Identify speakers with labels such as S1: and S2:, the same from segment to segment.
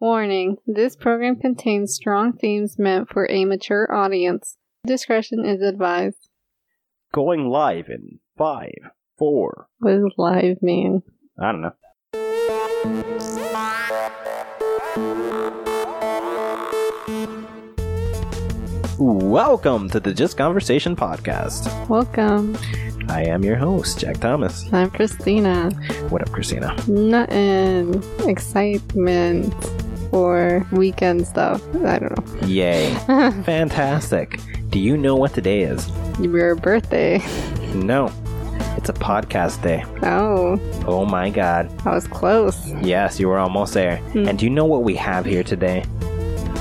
S1: Warning this program contains strong themes meant for a mature audience. Discretion is advised.
S2: Going live in five, four,
S1: What does live mean?
S2: I don't know. Welcome to the Just Conversation podcast.
S1: Welcome.
S2: I am your host, Jack Thomas.
S1: I'm Christina.
S2: What up, Christina?
S1: Nothing excitement or weekend stuff. I don't
S2: Yay!
S1: know.
S2: Fantastic. Do you know what today is?
S1: Your birthday.
S2: No. It's a podcast day.
S1: Oh,
S2: Oh my god.
S1: I was close.
S2: Yes, you were almost there.
S1: Mm.
S2: And do you know what we have here today?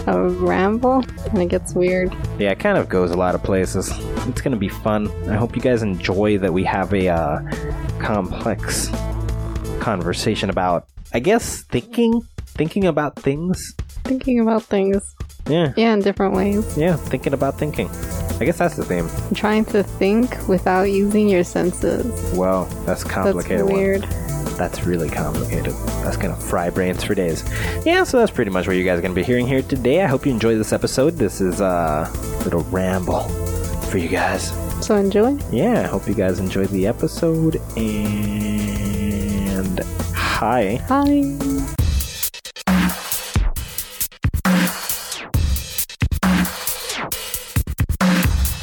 S1: A ramble? And it gets weird.
S2: Yeah, it kind of goes a lot of places. It's gonna be fun. I hope you guys enjoy that we have a uh, complex conversation about, I guess, thinking, thinking about things.
S1: Thinking about things.
S2: Yeah,
S1: Yeah, in different ways.
S2: yeah, thinking about thinking. I guess that's the theme.
S1: Trying to think without using your senses.
S2: Wow, that's
S1: That's
S2: a complicated. one.
S1: weird.
S2: That's really complicated. That's gonna fry brains for days. Yeah, so that's pretty much what you guys are gonna be hearing here today. I hope you enjoy this episode. This is uh, a little ramble for you guys.
S1: So enjoy.
S2: yeah, I hope you guys enjoyed the episode and hi.
S1: Hi.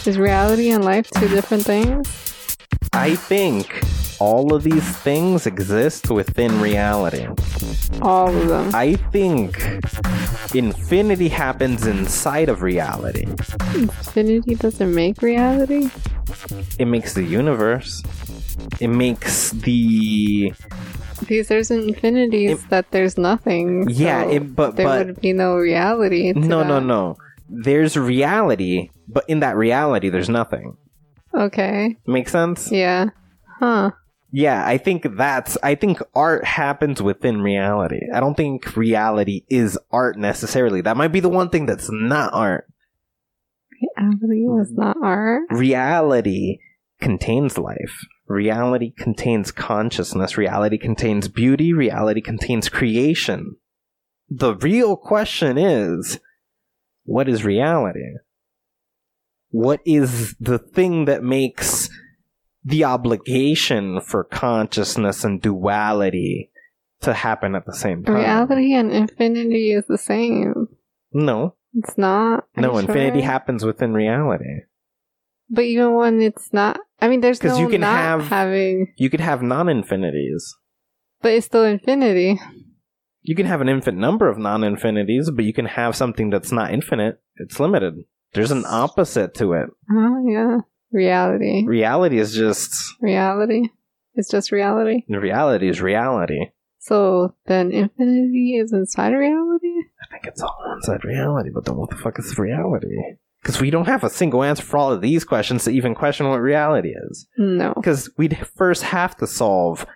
S1: Is reality and life two different things?
S2: I think all of these things exist within reality.
S1: All of them.
S2: I think infinity happens inside of reality.
S1: Infinity doesn't make reality?
S2: It makes the universe. It makes the
S1: Because there's infinities that there's nothing.
S2: yeah.
S1: so
S2: It, but
S1: there
S2: but
S1: would be no reality. To
S2: no no
S1: that.
S2: no. There's reality, but in that reality, there's nothing.
S1: Okay.
S2: Make sense?
S1: Yeah. Huh.
S2: Yeah, I think that's. I think art happens within reality. I don't think reality is art necessarily. That might be the one thing that's not art.
S1: Reality is
S2: Mm-hmm.
S1: not art.
S2: Reality contains life. Reality contains consciousness. Reality contains beauty. Reality contains creation. The real question is what is reality? What is the thing that makes the obligation for consciousness and duality to happen at the same time?
S1: Reality and infinity is the same.
S2: No.
S1: It's not. Are
S2: No,
S1: you
S2: infinity
S1: sure?
S2: happens within reality.
S1: But even when it's not, I mean, there's
S2: 'Cause
S1: no
S2: you can
S1: not
S2: have-
S1: having,
S2: You could have non infinities.
S1: but it's still infinity.
S2: you can have an infinite number of non-infinities, but you can have something that's not infinite. It's limited. There's an opposite to it.
S1: Oh yeah, reality.
S2: Reality is just
S1: Reality. It's just reality.
S2: reality is reality.
S1: So then, infinity is inside reality.
S2: I think it's all inside reality, but then what the fuck is reality? Because we don't have a single answer for all of these questions to even question what reality is.
S1: No.
S2: Because we'd first have to solve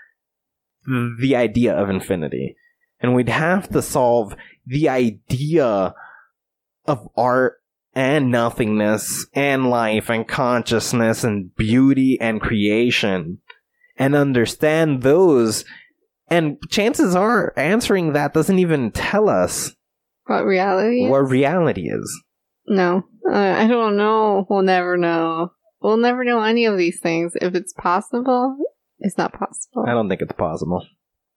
S2: the idea of infinity, and we'd have to solve the idea of art and nothingness and life and consciousness and beauty and creation and understand those. And chances are answering that doesn't even tell us
S1: What reality? is?
S2: what reality is.
S1: No. Uh, I don't know. We'll never know. We'll never know any of these things. If it's possible, it's not possible.
S2: I don't think it's possible.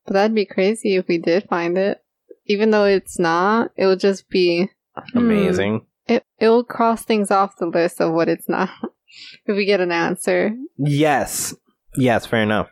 S1: But that'd be crazy if we did find it. Even though it's not, it would just be hmm.
S2: Amazing.
S1: It it'll cross things off the list of what it's not. if we get an answer,
S2: Yes. Yes, fair enough.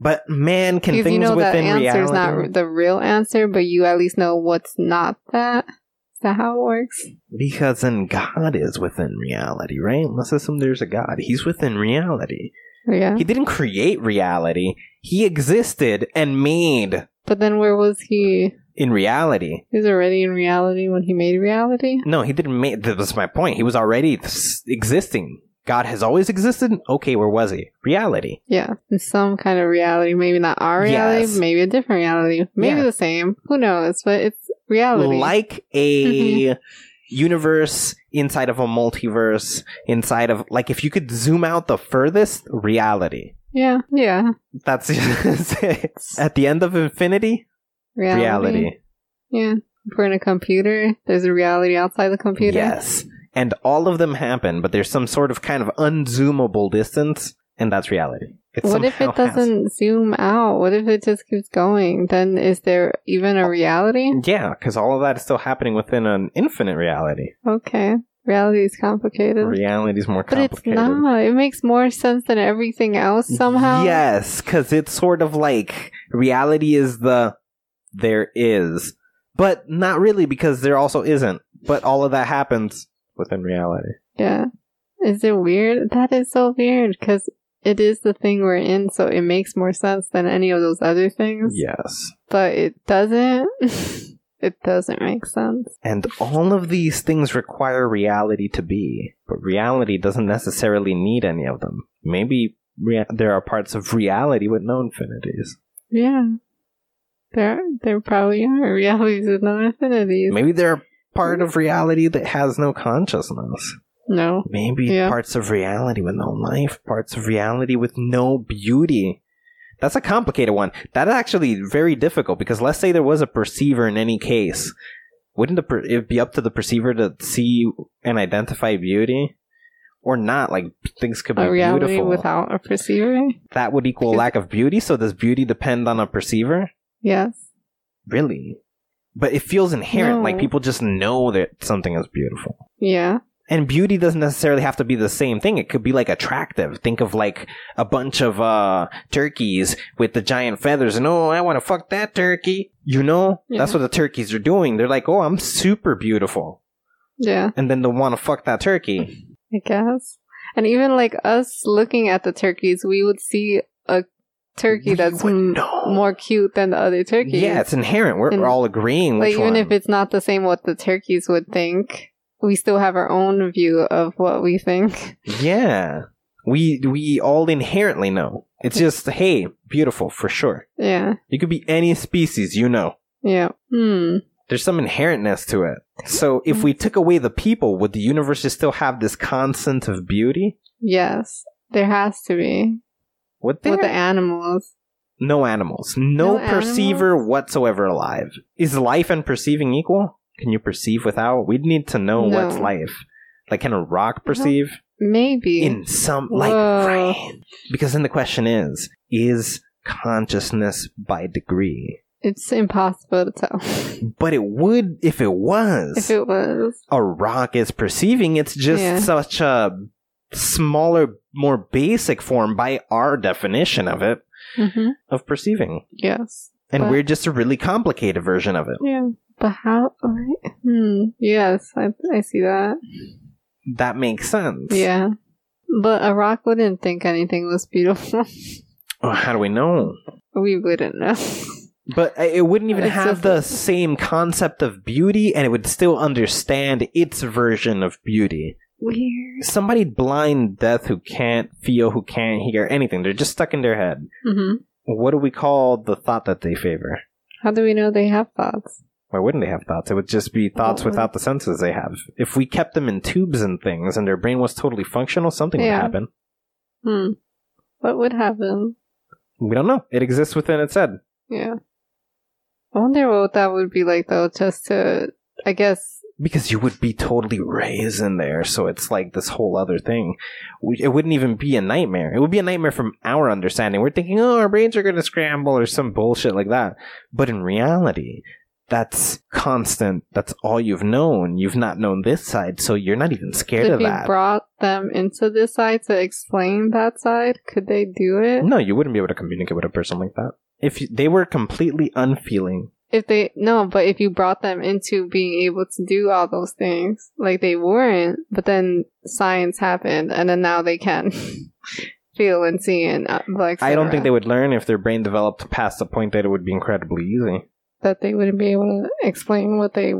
S2: But man, can
S1: because
S2: things
S1: you know that
S2: within
S1: answer is
S2: reality?
S1: not the real answer, but you at least know what's not that. Is that how it works?
S2: Because then God is within reality, right? Let's assume there's a God. He's within reality.
S1: Yeah.
S2: He didn't create reality. He existed and made
S1: But then where was he?
S2: in reality.
S1: He was already in reality when he made reality.
S2: No, he didn't make. That was my point. He was already s- existing. God has always existed. Okay, where was he? Reality.
S1: Yeah, in some kind of reality. Maybe not our reality.
S2: Yes.
S1: Maybe a different reality. Maybe
S2: Yeah.
S1: the same. Who knows? But it's reality.
S2: like a
S1: Mm-hmm.
S2: universe inside of a multiverse inside of like if you could zoom out the furthest reality
S1: yeah. Yeah.
S2: that's at the end of infinity reality,
S1: Yeah. If we're in a computer, there's a reality outside the computer.
S2: Yes. And all of them happen, but there's some sort of kind of unzoomable distance, and that's reality. It
S1: What if
S2: somehow
S1: it
S2: has-
S1: doesn't zoom out? What if it just keeps going? Then is there even a reality?
S2: Yeah, because all of that is still happening within an infinite reality.
S1: Okay. Reality is complicated.
S2: Reality's more
S1: But it's
S2: complicated.
S1: not. It makes more sense than everything else somehow.
S2: Yes, because it's sort of like reality is the there is, but not really because there also isn't. But all of that happens within reality.
S1: Yeah. Is it weird? That is so weird because it is the thing we're in, so it makes more sense than any of those other things.
S2: Yes.
S1: But it doesn't. it doesn't make sense.
S2: And all of these things require reality to be, but reality doesn't necessarily need any of them. Maybe rea- there are parts of reality with no infinities.
S1: Yeah. There, there probably are realities with no infinities.
S2: Maybe there are part of reality that has no consciousness.
S1: No.
S2: Maybe
S1: Yeah.
S2: parts of reality with no life, parts of reality with no beauty. That's a complicated one. That is actually very difficult because let's say there was a perceiver in any case. Wouldn't the per- it be up to the perceiver to see and identify beauty? Or not, like things could be
S1: A reality
S2: beautiful.
S1: without a perceiver?
S2: that would equal lack of beauty, so does beauty depend on a perceiver?
S1: Yes.
S2: Really? But it feels inherent,
S1: No.
S2: like people just know that something is beautiful.
S1: Yeah.
S2: and beauty doesn't necessarily have to be the same thing it could be like attractive think of like a bunch of uh turkeys with the giant feathers and oh i want to fuck that turkey you know
S1: Yeah.
S2: that's what the turkeys are doing they're like oh i'm super beautiful
S1: Yeah.
S2: and then they'll want to fuck that turkey
S1: I guess. And even like us looking at the turkeys, we would see a turkey
S2: We
S1: that's
S2: would
S1: m-
S2: know.
S1: more cute than the other turkeys.
S2: yeah it's inherent we're
S1: And-
S2: all agreeing
S1: Like
S2: which
S1: even
S2: one.
S1: if it's not the same what the turkeys would think, we still have our own view of what we think.
S2: yeah we we all inherently know it's just hey beautiful for sure
S1: yeah.
S2: you could be any species you know
S1: Yeah. Hmm.
S2: There's some inherentness to it. So if
S1: Mm-hmm.
S2: we took away the people, would the universe just still have this constant of beauty?
S1: Yes. There has to be.
S2: Would there?
S1: With the animals.
S2: no animals. No,
S1: No
S2: perceiver whatsoever alive. Is life and perceiving equal? Can you perceive without? We'd need to know
S1: No.
S2: what's life. Like can a rock perceive?
S1: Maybe.
S2: In some like
S1: Whoa.
S2: rain. Because then the question is, is consciousness by degree?
S1: it's impossible to tell.
S2: But it would if it was.
S1: if it was.
S2: a rock is perceiving. It's just
S1: Yeah.
S2: such a smaller, more basic form by our definition of it,
S1: hmm
S2: of perceiving.
S1: Yes.
S2: And
S1: But-
S2: we're just a really complicated version of it.
S1: Yeah. But how? like, Hmm. Yes, I, I see that.
S2: That makes sense.
S1: Yeah. But a rock wouldn't think anything was beautiful.
S2: Oh, how do we know?
S1: we wouldn't know.
S2: But i- it wouldn't even
S1: It's just-
S2: have the same concept of beauty, and it would still understand its version of beauty.
S1: Weird.
S2: Somebody blind, deaf, who can't feel, who can't hear anything, they're just stuck in their head.
S1: hmm
S2: What do we call the thought that they favor?
S1: How do we know they have thoughts?
S2: Why wouldn't they have thoughts? It would just be thoughts
S1: What would-
S2: without the senses they have. If we kept them in tubes and things and their brain was totally functional, something
S1: Yeah.
S2: would happen.
S1: Hmm. What would happen?
S2: We don't know. It exists within its head.
S1: Yeah. I wonder what that would be like though, just to, I guess,
S2: Because you would be totally raised in there, so it's like this whole other thing. We- It wouldn't even be a nightmare. It would be a nightmare from our understanding. We're thinking, oh, our brains are going to scramble or some bullshit like that. But in reality, that's constant. That's all you've known. You've not known this side, so you're not even scared
S1: if
S2: of
S1: you
S2: that.
S1: brought them into this side to explain that side, could they do it?
S2: No, you wouldn't be able to communicate with a person like that. If you, they were completely unfeeling,
S1: If they, no, but if you brought them into being able to do all those things, like they weren't, but then science happened and then now they can feel and see and uh, like,
S2: I don't think they would learn if their brain developed past the point that it would be incredibly easy.
S1: that they wouldn't be able to explain what they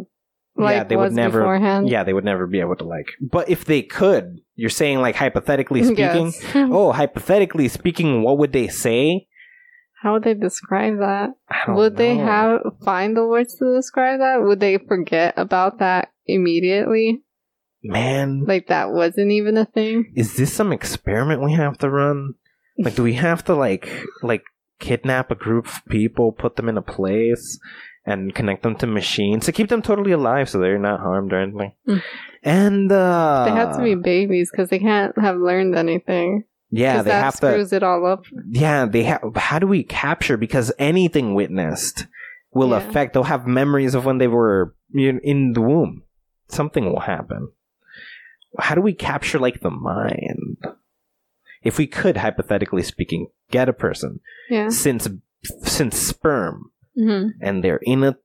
S1: like
S2: yeah, they
S1: was
S2: would never.
S1: beforehand.
S2: Yeah, they would never be able to like. But if they could, you're saying like hypothetically speaking.
S1: Yes.
S2: Oh, hypothetically speaking, what would they say?
S1: How would they describe that?
S2: I don't
S1: Would they
S2: know.
S1: have find the words to describe that? Would they forget about that immediately?
S2: Man,
S1: Like that wasn't even a thing?
S2: is this some experiment we have to run? Like, do we have to like like kidnap a group of people, put them in a place, and connect them to machines to keep them totally alive so they're not harmed or anything.
S1: Mm.
S2: And uh,
S1: they have to be babies because they can't have learned anything.
S2: yeah,
S1: 'Cause
S2: they
S1: that
S2: have to
S1: screws it all up.
S2: yeah, they have. How do we capture? Because anything witnessed will
S1: Yeah.
S2: affect. They'll have memories of when they were you know, in the womb. Something will happen. How do we capture like the mind? If we could, hypothetically speaking, get a person
S1: Yeah.
S2: since since sperm
S1: hmm
S2: and they're in a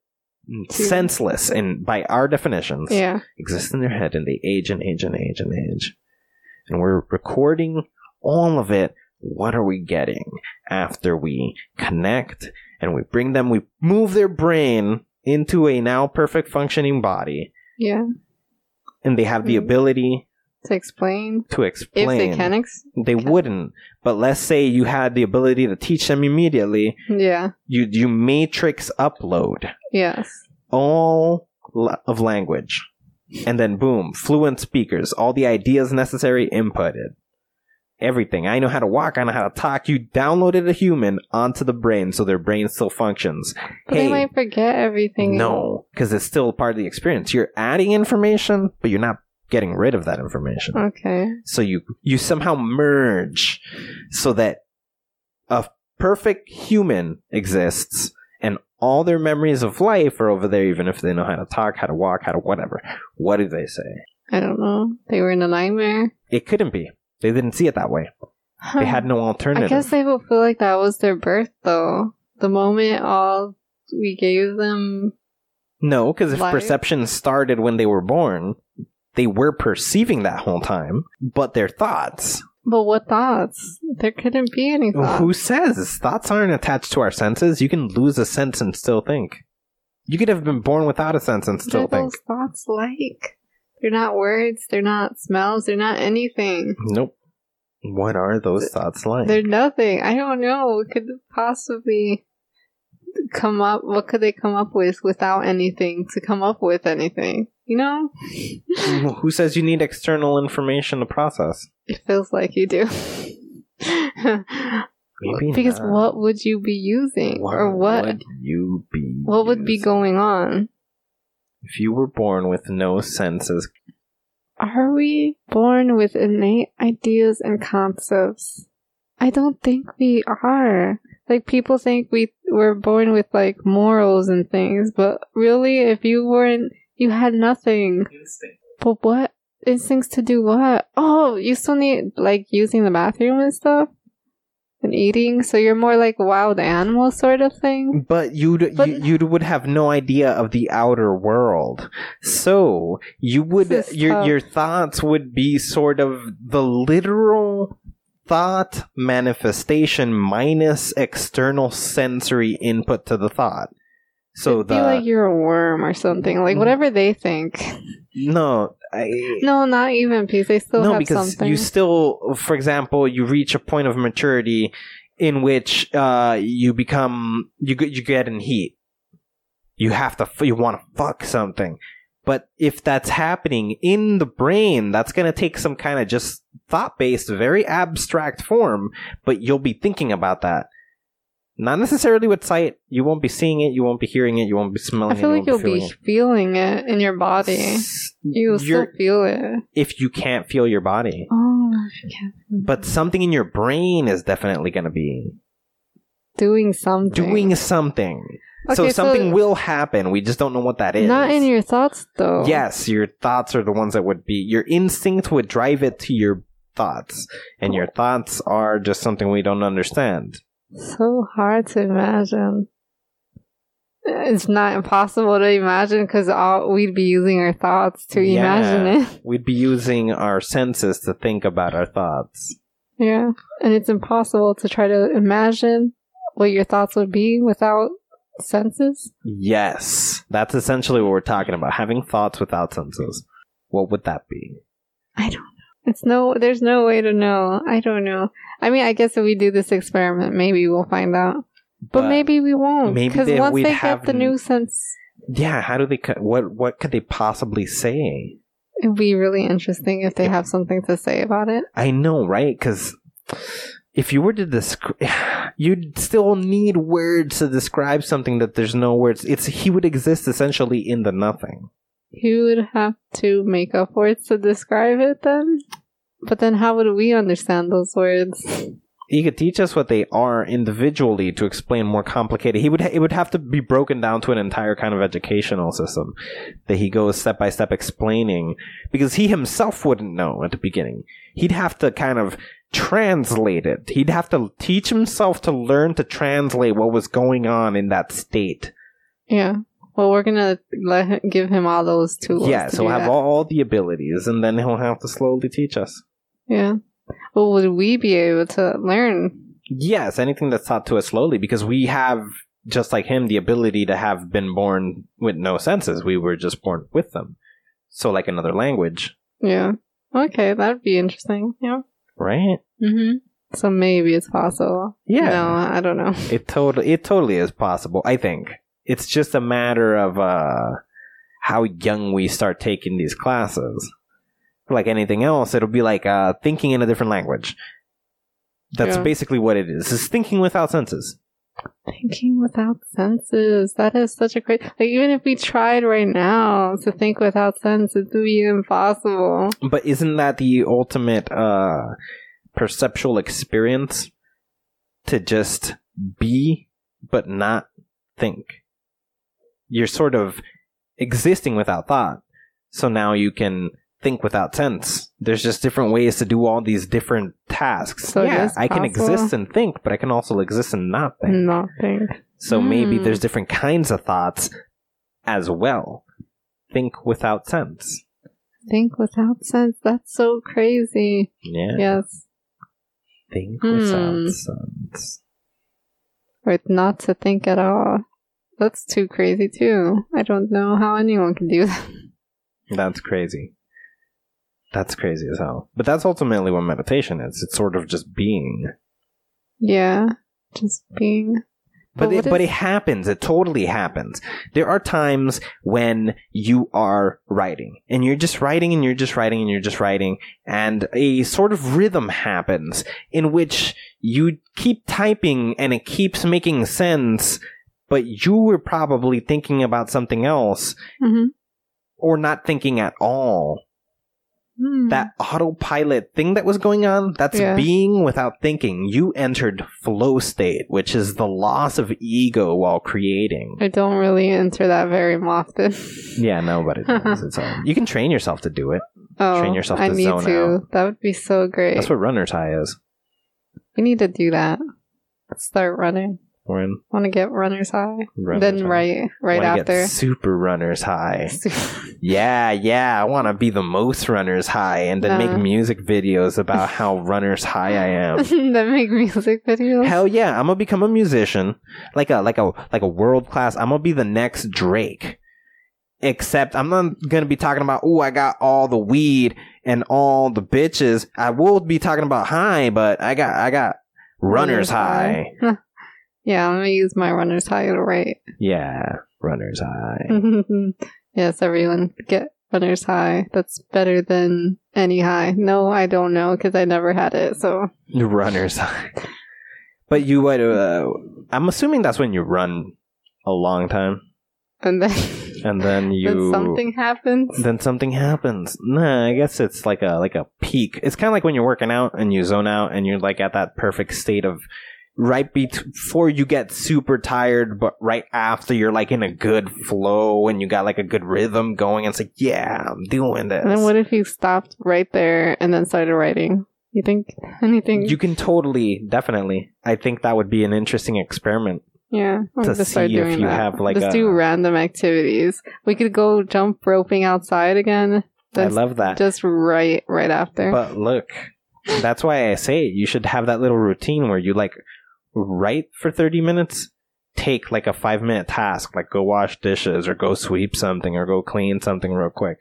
S2: senseless and by our definitions
S1: Yeah.
S2: exist in their head and they age and age and age and age. And we're recording all of it. What are we getting after we connect and we bring them, we move their brain into a now perfect functioning body
S1: Yeah.
S2: and they have the
S1: Mhm.
S2: ability
S1: To explain.
S2: to
S1: If
S2: explain.
S1: they can ex-
S2: They wouldn't. But let's say you had the ability to teach them immediately.
S1: Yeah.
S2: You, you matrix upload
S1: Yes.
S2: all la- of language. And then boom, fluent speakers, all the ideas necessary inputted. Everything. I know how to walk, I know how to talk. You downloaded a human onto the brain so their brain still functions.
S1: But
S2: hey,
S1: they might forget everything.
S2: no, because it's still part of the experience. You're adding information, but you're not getting rid of that information.
S1: Okay.
S2: So you you somehow merge so that a perfect human exists and all their memories of life are over there even if they know how to talk, how to walk, how to whatever. What do they say?
S1: I don't know. They were in a nightmare.
S2: It couldn't be. They didn't see it that way.
S1: Huh.
S2: They had no alternative.
S1: Hmm. I guess they will feel like that was their birth, though. The moment all we gave them.
S2: no, because if
S1: Life.
S2: perception started when they were born, they were perceiving that whole time, but their thoughts.
S1: But what thoughts? There couldn't be any thoughts.
S2: Who says thoughts aren't attached to our senses? You can lose a sense and still think. You could have been born without a sense and still
S1: what are
S2: think.
S1: those thoughts like? They're not words. They're not smells. They're not anything.
S2: Nope. What are those thoughts like?
S1: They're nothing. I don't know. What could possibly come up? What could they come up with without anything to come up with anything? You know,
S2: Who says you need external information to process?
S1: it feels like you do.
S2: Maybe
S1: because
S2: not.
S1: what would you be using,
S2: What
S1: or what?
S2: would you be?
S1: what would be
S2: using?
S1: going on?
S2: if you were born with no senses?
S1: Are we born with innate ideas and concepts? I don't think we are. Like people think we were born with like morals and things, but really if you weren't you had nothing. But what instincts to do what? Oh, you still need like using the bathroom and stuff? And eating, so you're more like wild animal sort of thing?
S2: But you'd
S1: But-
S2: you, you'd would have no idea of the outer world, so you would
S1: This is
S2: your
S1: tough.
S2: your thoughts would be sort of the literal thought manifestation minus external sensory input to the thought. So
S1: It'd
S2: the Mm.
S1: be like you're a worm or something. Like whatever they think.
S2: No, I,
S1: No, not even peace. They still
S2: no,
S1: have
S2: because
S1: something.
S2: you still, for example, you reach a point of maturity in which uh, you become you get you get in heat. You have to f- you want to fuck something, but if that's happening in the brain, that's gonna take some kind of just thought based, very abstract form. But you'll be thinking about that. Not necessarily with sight. You won't be seeing it. You won't be hearing it. You won't be
S1: I
S2: smelling it.
S1: feel
S2: you
S1: like you'll
S2: won't
S1: be feeling it in your body.
S2: feeling it.
S1: You'll
S2: You're-
S1: still feel it.
S2: if you can't feel your body.
S1: Oh, I can't.
S2: but something in your brain is definitely going to be
S1: doing something.
S2: doing something. so
S1: Okay,
S2: something will happen. We just don't know what that is.
S1: Not in your thoughts, though.
S2: Yes, your thoughts are the ones that would be. Your instinct would drive it to your thoughts, and your thoughts are just something we don't understand.
S1: So hard to imagine. It's not impossible to imagine because all we'd be using our thoughts to
S2: Yeah.
S1: imagine it.
S2: We'd be using our senses to think about our thoughts.
S1: Yeah, and it's impossible to try to imagine what your thoughts would be without senses.
S2: Yes, that's essentially what we're talking about. Having thoughts without senses. What would that be?
S1: It's no, there's no way to know. I don't know. I mean, I guess if we do this experiment, maybe we'll find out. But, maybe we won't.
S2: maybe
S1: Because
S2: they-
S1: once
S2: we'd
S1: they
S2: have
S1: get the
S2: n-
S1: new sense,
S2: yeah. How do they? co- What what could they possibly say?
S1: it'd be really interesting if they have something to say about it.
S2: I know, right? Because if you were to describe, you'd still need words to describe something that there's no words. It's he would exist essentially in the nothing.
S1: He would have to make up words to describe it then? But then how would we understand those words?
S2: He could teach us what they are individually to explain more complicated. He would it would have to be broken down to an entire kind of educational system that he goes step by step explaining because he himself wouldn't know at the beginning. He'd have to kind of translate it. He'd have to teach himself to learn to translate what was going on in that state.
S1: Yeah. Well, we're gonna let him, give him all those tools.
S2: yeah,
S1: to
S2: so
S1: do
S2: have
S1: that.
S2: all the abilities, and then he'll have to slowly teach us.
S1: Yeah. Well, would we be able to learn?
S2: Yes, anything that's taught to us slowly, because we have, just like him, the ability to have been born with no senses. We were just born with them. So, like another language,
S1: Yeah. Okay, that'd be interesting. Yeah.
S2: right?
S1: Mm-hmm. So maybe it's possible.
S2: Yeah.
S1: No, I don't know.
S2: It totally, it totally is possible. I think it's just a matter of uh, how young we start taking these classes. Like anything else, it'll be like uh, thinking in a different language. That's
S1: Yeah.
S2: basically what it is. It's thinking without senses.
S1: Thinking without senses. That is such a great. Like, even if we tried right now to think without sense, it would be impossible.
S2: But isn't that the ultimate uh, perceptual experience? To just be, but not think. You're sort of existing without thought. So now you can think without sense. There's just different ways to do all these different tasks.
S1: So it
S2: yeah,
S1: is
S2: I can
S1: possible.
S2: exist and think, but I can also exist and not think.
S1: Nothing.
S2: So maybe
S1: Mm.
S2: there's different kinds of thoughts as well. Think without sense.
S1: Think without sense. That's so crazy.
S2: Yeah.
S1: Yes.
S2: Think
S1: Hmm.
S2: without sense.
S1: Or not to think at all. That's too crazy, too. I don't know how anyone can do that.
S2: That's crazy. That's crazy as hell. But that's ultimately what meditation is. It's sort of just being.
S1: Yeah. Just being.
S2: But
S1: But
S2: it,
S1: what
S2: but
S1: is-
S2: it happens. It totally happens. There are times when you are writing and you're just writing and you're just writing and you're just writing and a sort of rhythm happens in which you keep typing and it keeps making sense, but you were probably thinking about something else
S1: Mhm.
S2: or not thinking at all.
S1: Hmm.
S2: that autopilot thing that was going on that's
S1: Yeah.
S2: being without thinking you entered flow state which is the loss of ego while creating
S1: I don't really enter that very often.
S2: yeah nobody does it's all you can train yourself to do it
S1: Oh,
S2: Train yourself
S1: I
S2: to
S1: need
S2: zone
S1: to.
S2: out.
S1: That would be so great.
S2: that's what runner's high is
S1: we need to do that. Start running.
S2: we're in
S1: Want to get runner's high?
S2: runner's
S1: then
S2: high.
S1: right, right
S2: Wanna get
S1: after.
S2: super runner's high yeah yeah i want to be the most runner's high and then
S1: Uh.
S2: make music videos about how runner's high i am
S1: then make music videos.
S2: eh. Hell yeah, I'm gonna become a musician, like a like a like a world class. I'm gonna be the next Drake. Except I'm not gonna be talking about oh I got all the weed and all the bitches. I will be talking about high, but I got I got
S1: Runner's
S2: runners high.
S1: high. yeah, I'm gonna use my runner's high to write.
S2: Yeah, runners high.
S1: yes, everyone get runner's high. That's better than any high. No, I don't know because I never had it. So
S2: runners high. But you would. Uh, I'm assuming that's when you run a long time
S1: and then,
S2: and then Uh, you
S1: then something happens.
S2: then something happens. Nah, I guess it's like a like a peak. It's kind of like when you're working out and you zone out and you're like at that perfect state of right bet- before you get super tired, but right after you're like in a good flow and you got like a good rhythm going. And it's like, yeah, I'm doing this.
S1: And then what if you stopped right there and then started writing? You think anything?
S2: you can totally, definitely. I think that would be an interesting experiment.
S1: yeah, I'm
S2: to
S1: gonna start
S2: see if
S1: doing
S2: you
S1: that.
S2: have, like,
S1: just
S2: a-
S1: do random activities. We could go jump roping outside again. Then
S2: I love that.
S1: Just right, right after.
S2: But look, that's why I say you should have that little routine where you like write for 30 minutes, take like a five minute task, like go wash dishes or go sweep something or go clean something real quick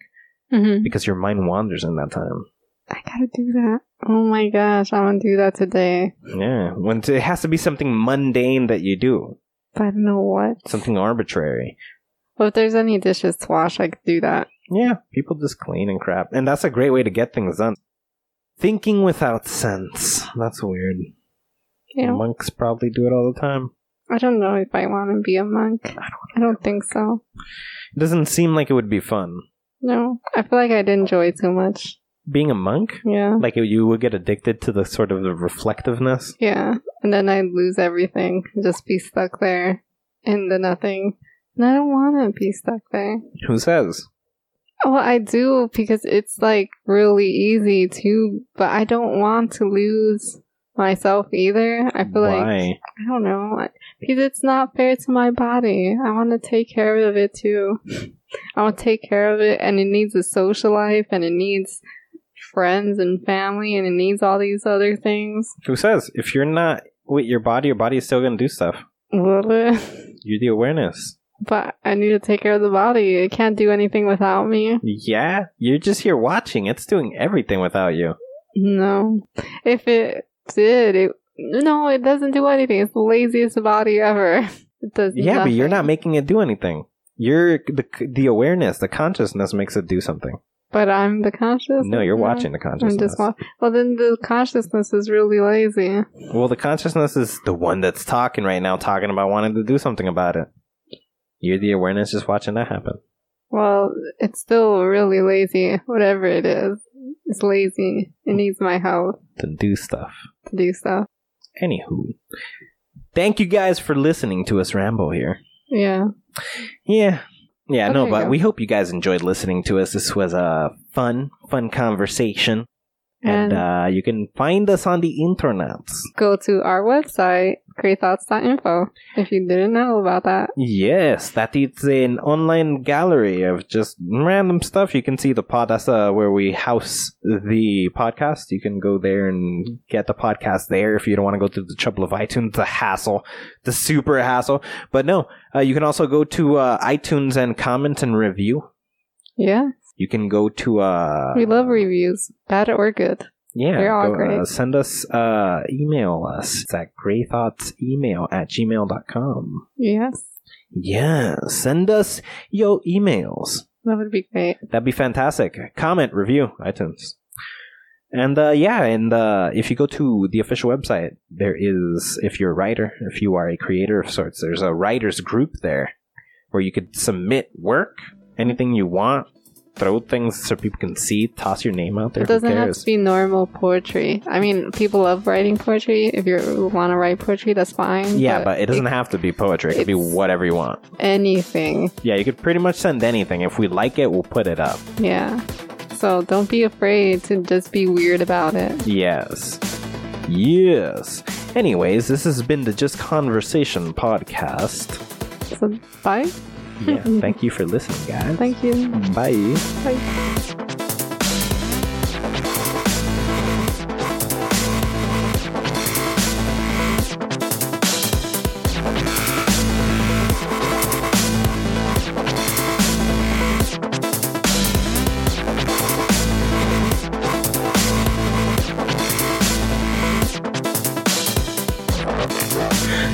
S1: Mhm.
S2: because your mind wanders in that time.
S1: I gotta do that. Oh my gosh, I'm gonna do that today.
S2: Yeah. When it has to be something mundane that you do,
S1: But I don't know what.
S2: something arbitrary.
S1: Well, if there's any dishes to wash, I could do that.
S2: Yeah. People just clean and crap. And that's a great way to get things done. Thinking without sense. That's weird.
S1: You know,
S2: Monks probably do it all the time.
S1: I don't know if I want to be a monk. I don't think so.
S2: It doesn't seem like it would be fun.
S1: No, I feel like I'd enjoy too much.
S2: Being a monk,
S1: Yeah,
S2: like you would get addicted to the sort of the reflectiveness.
S1: yeah, and then I'd lose everything, and just be stuck there in the nothing. And I don't want to be stuck there.
S2: Who says?
S1: Well, I do because it's like really easy to, but I don't want to lose myself either. I feel like
S2: Why?
S1: I don't know I- because it's not fair to my body. I want to take care of it too. I want to take care of it, and it needs a social life, and it needs friends and family, and it needs all these other things.
S2: Who says? If you're not with your body, your body is still gonna do stuff.
S1: Ugh.
S2: You're the awareness.
S1: But I need to take care of the body. It can't do anything without me.
S2: Yeah, you're just here watching. It's doing everything without you.
S1: No, if it did, it no, it doesn't do anything. It's the laziest body ever. It does.
S2: Yeah, but you're not
S1: nothing.
S2: making it do anything. You're the the awareness, the consciousness makes it do something.
S1: But I'm the conscious.
S2: No, you're
S1: No.
S2: watching the
S1: I'm
S2: consciousness.
S1: just wa- well. Then the consciousness is really lazy.
S2: Well, the consciousness is the one that's talking right now, talking about wanting to do something about it. You're the awareness just watching that happen.
S1: Well, it's still really lazy. Whatever it is, it's lazy. It needs my help
S2: To do stuff.
S1: to do stuff.
S2: Anywho. Thank you guys for listening to us ramble here.
S1: Yeah,
S2: Yeah. Yeah,
S1: Oh,
S2: no,
S1: there you
S2: but
S1: go.
S2: we hope you guys enjoyed listening to us. This was a fun, fun conversation.
S1: and,
S2: And, uh, you can find us on the internets.
S1: go to our website, greatthoughts.info, if you didn't know about that.
S2: Yes, that is an online gallery of just random stuff. You can see the pod. That's uh, where we house the podcast. You can go there and get the podcast there if you don't want to go through the trouble of iTunes, the hassle, the super hassle. But no, uh, you can also go to uh, iTunes and comment and review.
S1: Yeah,
S2: You can go to. Uh,
S1: we love reviews, bad or good.
S2: Yeah,
S1: They're all
S2: go, uh,
S1: great.
S2: send us, uh, email us. It's at graythoughtsemail at gmail.com.
S1: Yes,
S2: Yeah, send us your emails.
S1: that would be great.
S2: That'd be fantastic. Comment, review, iTunes. And uh, yeah, and uh, if you go to the official website, there is, if you're a writer, if you are a creator of sorts, there's a writers group there where you could submit work, anything you want, throw things so people can see, toss your name out there.
S1: It doesn't
S2: Who
S1: have
S2: cares?
S1: to be normal poetry. I mean, people love writing poetry. If you want to write poetry, that's fine.
S2: yeah, but it doesn't have to be poetry. It could be
S1: it's-
S2: whatever you want.
S1: anything.
S2: Yeah, you could pretty much send anything. If we like it, we'll put it up.
S1: Yeah. So don't be afraid to just be weird about it.
S2: Yes. Yes. Anyways, this has been the Just Conversation podcast.
S1: So bye.
S2: Yeah. thank you for listening, guys.
S1: Thank you.
S2: Bye.
S1: Bye.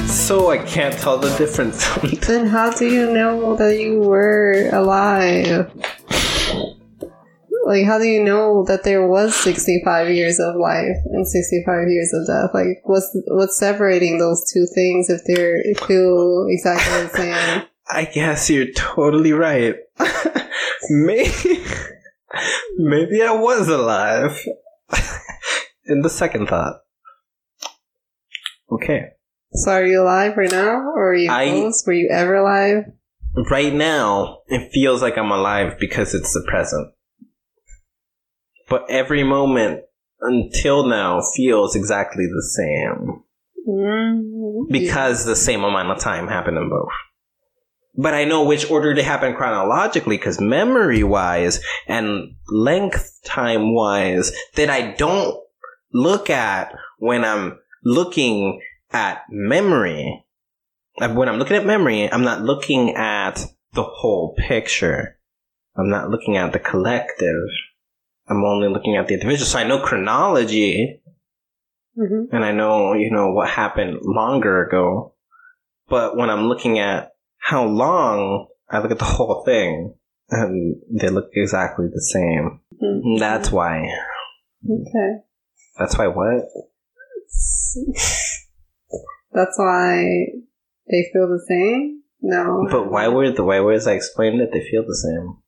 S2: So I can't tell the difference.
S1: Then how do you know that you were alive? Like, how do you know that there was 65 years of life and 65 years of death? Like, what's what's separating those two things if they're if they feel exactly the same?
S2: I guess you're totally right. maybe, maybe I was alive. In the second thought. Okay.
S1: So, are you alive right now, or are you
S2: I-
S1: close? Were you ever alive?
S2: right now it feels like I'm alive because it's the present. But every moment until now feels exactly the same
S1: Mm.
S2: Mm-hmm. because the same amount of time happened in both. But I know which order they happen chronologically because memory wise and length time wise that I don't look at when I'm looking at memory. Uh, When I'm looking at memory, I'm not looking at the whole picture. I'm not looking at the collective. I'm only looking at the individual. So I know chronology
S1: Mhm.
S2: and I know, you know, what happened longer ago. But when I'm looking at how long, I look at the whole thing, and they look exactly the same.
S1: Mhm.
S2: That's why.
S1: Okay.
S2: That's why what?
S1: That's why they feel the same? No.
S2: But why were the why was I explained that they feel the same?